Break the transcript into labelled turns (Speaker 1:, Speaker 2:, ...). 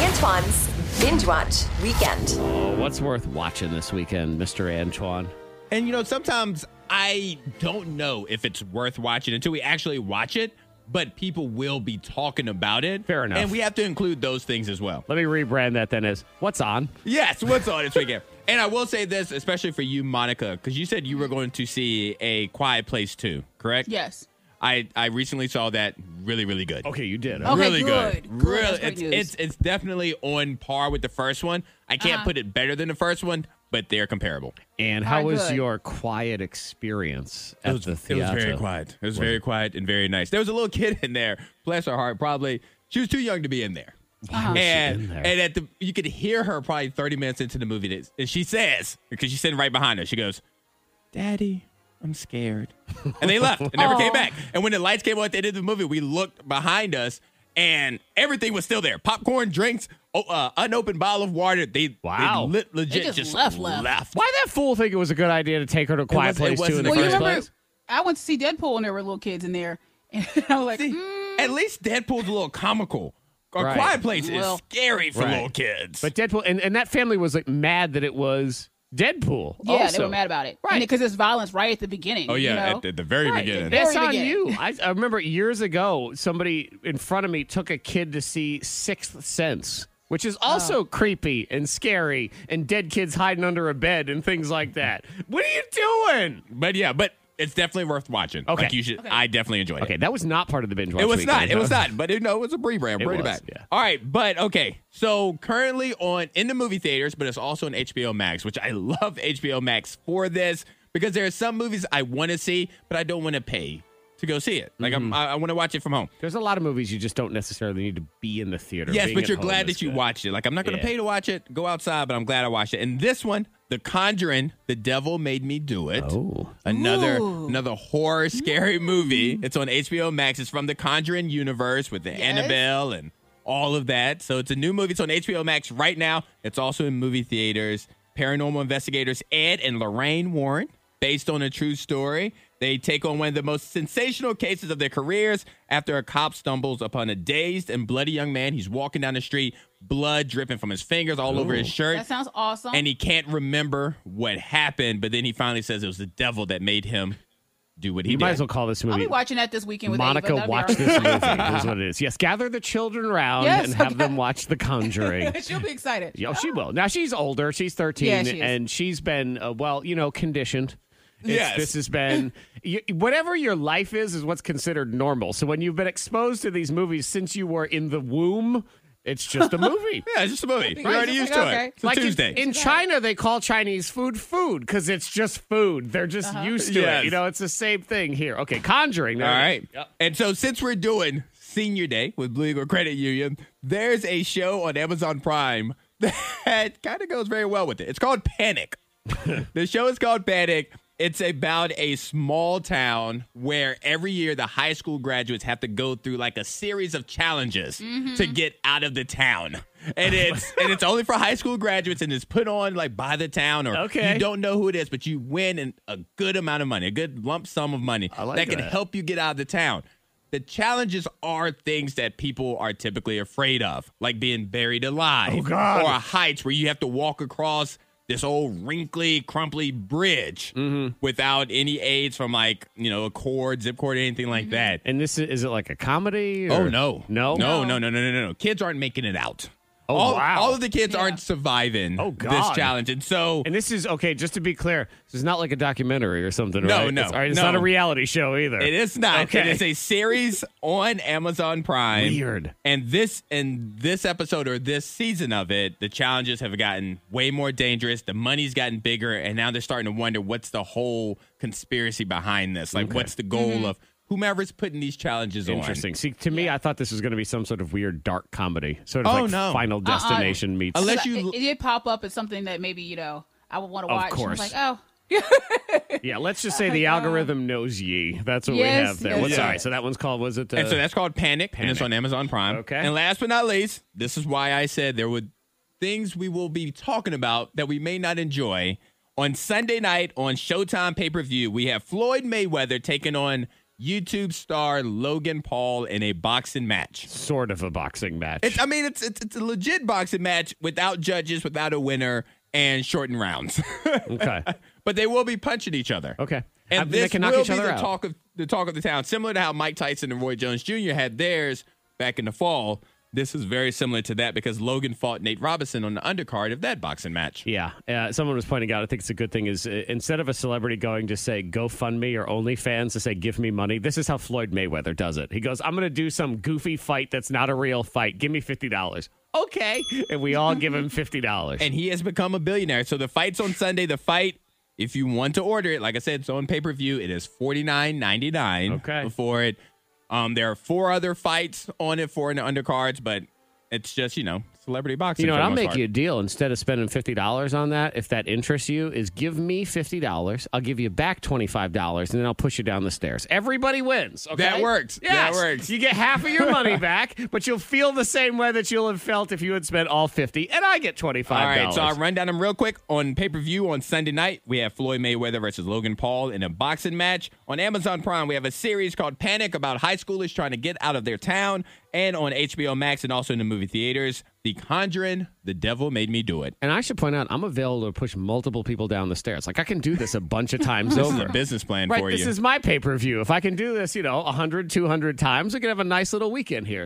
Speaker 1: Antoine's Binge Watch Weekend.
Speaker 2: Oh, what's worth watching this weekend, Mr. Antoine?
Speaker 3: And you know, sometimes I don't know if it's worth watching until we actually watch it, but people will be talking about it.
Speaker 2: Fair enough.
Speaker 3: And we have to include those things as well.
Speaker 2: Let me rebrand that then as what's on.
Speaker 3: Yes, what's on this weekend? And I will say this, especially for you, Monica, because you said you were going to see a Quiet Place 2, correct?
Speaker 4: Yes.
Speaker 3: I, I recently saw that really, really good.
Speaker 2: Okay, you did.
Speaker 4: Okay,
Speaker 3: really good.
Speaker 4: good. Good,
Speaker 3: Really,
Speaker 4: that's great
Speaker 3: it's,
Speaker 4: news.
Speaker 3: it's it's definitely on par with the first one. I can't
Speaker 4: Uh-huh.
Speaker 3: put it better than the first one, but they're comparable.
Speaker 2: And how
Speaker 4: Are
Speaker 2: was
Speaker 4: good.
Speaker 2: your quiet experience at the
Speaker 3: it
Speaker 2: theater?
Speaker 3: very quiet. It was very quiet and very nice. There was a little kid in there. Bless her heart. Probably she was too young to be in there.
Speaker 2: Why was she
Speaker 3: and
Speaker 2: in there?
Speaker 3: and at the you could hear her probably 30 minutes into the movie that- and she says because she's sitting right behind her she goes daddy i'm scared and they left and never came back and when the lights came on at the end of the movie we looked behind us and everything was still there popcorn drinks oh, uh, unopened bottle of water they, they
Speaker 2: Wow.
Speaker 3: le- legit
Speaker 4: just left, left.
Speaker 2: Why that fool think it was a good idea to take her to Quiet
Speaker 3: wasn't- it
Speaker 2: Place too in
Speaker 3: wasn't
Speaker 2: the
Speaker 3: a
Speaker 4: Well, you
Speaker 2: first
Speaker 3: good
Speaker 4: remember
Speaker 2: place?
Speaker 4: I went to see Deadpool when there were little kids in there, and I was like,
Speaker 3: See,
Speaker 4: mm,
Speaker 3: at least deadpool's a little comical a
Speaker 2: Right.
Speaker 3: quiet place
Speaker 4: Well-
Speaker 3: is scary for
Speaker 2: Right.
Speaker 3: little kids
Speaker 2: But Deadpool and, and that family was like mad that it was Deadpool.
Speaker 4: yeah,
Speaker 2: also.
Speaker 4: they were mad about it,
Speaker 2: Right.
Speaker 4: Because it's violence right at the beginning.
Speaker 3: oh yeah
Speaker 4: you know?
Speaker 3: at, the- the very
Speaker 2: Right.
Speaker 3: beginning
Speaker 2: That's
Speaker 4: Very
Speaker 2: on
Speaker 4: beginning.
Speaker 2: you. I, I remember years ago, somebody in front of me took a kid to see Sixth Sense, which is
Speaker 4: Oh.
Speaker 2: also creepy and scary, and dead kids hiding under a bed and things like that. What are you doing?
Speaker 3: But yeah, but it's definitely worth watching.
Speaker 2: Okay.
Speaker 3: Like you should I definitely enjoyed
Speaker 2: Okay,
Speaker 3: it.
Speaker 2: that was not part of the binge watch.
Speaker 3: It was
Speaker 2: weekend,
Speaker 3: not. It
Speaker 2: huh?
Speaker 3: was not. But it, no, it was a rebrand.
Speaker 2: It
Speaker 3: Bring it
Speaker 2: was,
Speaker 3: back.
Speaker 2: yeah.
Speaker 3: All right. But okay. So currently on in the movie theaters, but it's also on HBO Max, which I love HBO Max for this because there are some movies I want to see, but I don't want to pay to go see it. Like I'm, I, I want to watch it from home.
Speaker 2: There's a lot of movies you just don't necessarily need to be in the theater.
Speaker 3: Yes,
Speaker 2: Being
Speaker 3: but
Speaker 2: at
Speaker 3: you're
Speaker 2: home
Speaker 3: glad
Speaker 2: is
Speaker 3: that you
Speaker 2: good.
Speaker 3: watched it. Like I'm not going to
Speaker 2: Yeah.
Speaker 3: pay to watch it. Go outside, but I'm glad I watched it. And this one, The Conjuring, The Devil Made Me Do It.
Speaker 2: Oh.
Speaker 3: Another another horror scary movie. It's on HBO Max. It's from the Conjuring universe with the Annabelle and all of that. So it's a new movie. It's on HBO Max right now. It's also in movie theaters. Paranormal investigators Ed and Lorraine Warren, based on a true story. They take on one of the most sensational cases of their careers after a cop stumbles upon a dazed and bloody young man. He's walking down the street, blood dripping from his fingers all over his shirt
Speaker 4: That sounds awesome.
Speaker 3: and he can't remember what happened. But then he finally says it was the devil that made him do what he
Speaker 2: You
Speaker 3: did.
Speaker 2: might as well call this
Speaker 4: I'll
Speaker 2: movie.
Speaker 4: be watching that this weekend with
Speaker 2: Monica,
Speaker 4: Ava. That'd be
Speaker 2: watch
Speaker 4: all
Speaker 2: this movie. is what it is. Yes, gather the children around
Speaker 4: Yes,
Speaker 2: and have
Speaker 4: okay.
Speaker 2: them watch The Conjuring.
Speaker 4: right. She'll be excited.
Speaker 2: Yeah, she will. Now she's older. She's 13
Speaker 4: Yeah, she is.
Speaker 2: and she's been uh, well, you know, conditioned. It's-
Speaker 3: Yes.
Speaker 2: This has been you, whatever your life is is what's considered normal. So when you've been exposed to these movies since you were in the womb, it's just a movie.
Speaker 3: yeah, it's just a movie. We're already
Speaker 4: just
Speaker 3: used
Speaker 4: like,
Speaker 3: to
Speaker 4: okay.
Speaker 3: it. It's a
Speaker 2: in-
Speaker 3: Tuesday.
Speaker 2: In, China, they call Chinese food food because it's just food. They're just used to it.
Speaker 3: Yes.
Speaker 2: You know, it's the same thing here. Okay, Conjuring.
Speaker 3: All
Speaker 2: there it is.
Speaker 3: right. And so since we're doing Senior Day with Blue Eagle Credit Union, there's a show on Amazon Prime that kind of goes very well with it. It's called Panic. the show is called Panic. It's about a small town where every year the high school graduates have to go through like a series of challenges to get out of the town. And it's and it's only for high school graduates and it's put on like by the town or
Speaker 2: Okay.
Speaker 3: you don't know who it is, but you win an, a good amount of money, a good lump sum of money
Speaker 2: I like
Speaker 3: that can
Speaker 2: that.
Speaker 3: help you get out of the town. The challenges are things that people are typically afraid of, like being buried alive
Speaker 2: Oh, God.
Speaker 3: or heights where you have to walk across this old wrinkly, crumply bridge
Speaker 2: Mm-hmm.
Speaker 3: without any aids from like, you know, a cord, zip cord, anything like that.
Speaker 2: And this is, is it like a comedy?
Speaker 3: Oh
Speaker 2: or-
Speaker 3: no.
Speaker 2: no,
Speaker 3: No, no, no, no, no, no, no. Kids aren't making it out.
Speaker 2: Oh,
Speaker 3: all,
Speaker 2: wow.
Speaker 3: all of the kids
Speaker 4: Yeah.
Speaker 3: aren't surviving
Speaker 2: Oh,
Speaker 3: this
Speaker 2: God.
Speaker 3: challenge. And so
Speaker 2: And this is okay. Just to be clear, this is not like a documentary or something.
Speaker 3: No,
Speaker 2: right?
Speaker 3: no,
Speaker 2: It's, all right, it's
Speaker 3: no.
Speaker 2: not a reality show either.
Speaker 3: It is not.
Speaker 2: Okay.
Speaker 3: It is a series on Amazon Prime.
Speaker 2: Weird.
Speaker 3: And this and this episode or this season of it, the challenges have gotten way more dangerous. The money's gotten bigger, and now they're starting to wonder what's the whole conspiracy behind this. Like, what's the goal of whomever's putting these challenges
Speaker 2: Interesting. See, to me, I thought this was going to be some sort of weird dark comedy, sort of
Speaker 3: Oh,
Speaker 2: like
Speaker 3: no.
Speaker 2: Final Destination meets.
Speaker 3: Unless-
Speaker 4: But
Speaker 3: you-
Speaker 4: it, it did pop up as something that maybe you know I would want to
Speaker 2: Of
Speaker 4: watch.
Speaker 2: course.
Speaker 4: I was like, oh,
Speaker 2: yeah, let's just say the algorithm knows ye. That's what we
Speaker 4: Yes,
Speaker 2: have there.
Speaker 4: yes,
Speaker 2: What's
Speaker 3: yes.
Speaker 2: all right? So that one's called. Was it? The,
Speaker 3: on. And so that's called Panic, and it's
Speaker 2: Panic.
Speaker 3: on Amazon Prime.
Speaker 2: Okay.
Speaker 3: And last but not least, this is why I said there would things we will be talking about that we may not enjoy. On Sunday night on Showtime pay per view, we have Floyd Mayweather taking on YouTube star Logan Paul in a boxing match.
Speaker 2: Sort of a boxing match.
Speaker 3: It's, I mean, it's, it's it's a legit boxing match without judges, without a winner, and shortened rounds.
Speaker 2: okay.
Speaker 3: but they will be punching each other.
Speaker 2: Okay.
Speaker 3: And
Speaker 2: I- they
Speaker 3: this
Speaker 2: can knock
Speaker 3: will
Speaker 2: each
Speaker 3: be
Speaker 2: other
Speaker 3: the
Speaker 2: out.
Speaker 3: talk of the talk of the town, similar to how Mike Tyson and Roy Jones Jr. had theirs back in the fall. This is very similar to that because Logan fought Nate Robinson on the undercard of that boxing match.
Speaker 2: Yeah. Uh, someone was pointing out, I think it's a good thing, is uh, instead of a celebrity going to say GoFundMe or OnlyFans to say, give me money, this is how Floyd Mayweather does it. He goes, I'm going to do some goofy fight that's not a real fight. Give me $50. Okay. And we all give him $50.
Speaker 3: and he has become a billionaire. So the fight's on Sunday. The fight, if you want to order it, like I said, it's on pay per view. It is forty nine ninety nine.
Speaker 2: Okay.
Speaker 3: Before it, um, there are four other fights on it, four in the undercards, but it's just you know celebrity boxing.
Speaker 2: you know, what,
Speaker 3: for the
Speaker 2: I'll
Speaker 3: most
Speaker 2: make
Speaker 3: part.
Speaker 2: you a deal. Instead of spending fifty dollars on that, if that interests you, is give me fifty dollars. I'll give you back twenty five dollars, and then I'll push you down the stairs. Everybody wins. Okay?
Speaker 3: That works. That
Speaker 2: Yes.
Speaker 3: works.
Speaker 2: You get half of your money back, but you'll feel the same way that you'll have felt if you had spent all fifty, and I get twenty
Speaker 3: All
Speaker 2: five
Speaker 3: right,
Speaker 2: dollars.
Speaker 3: so I'll run down them real quick. On pay per view on Sunday night, we have Floyd Mayweather versus Logan Paul in a boxing match. On Amazon Prime, we have a series called Panic about high schoolers trying to get out of their town. And on HBO Max and also in the movie theaters, The Conjuring, The Devil Made Me Do It.
Speaker 2: and I should point out, I'm available to push multiple people down the stairs. Like I can do this a bunch of times
Speaker 3: This is a
Speaker 2: over.
Speaker 3: business plan
Speaker 2: Right,
Speaker 3: for
Speaker 2: this
Speaker 3: you.
Speaker 2: is my pay per view. If I can do this, you know, 100, 200 times, we can have a nice little weekend here.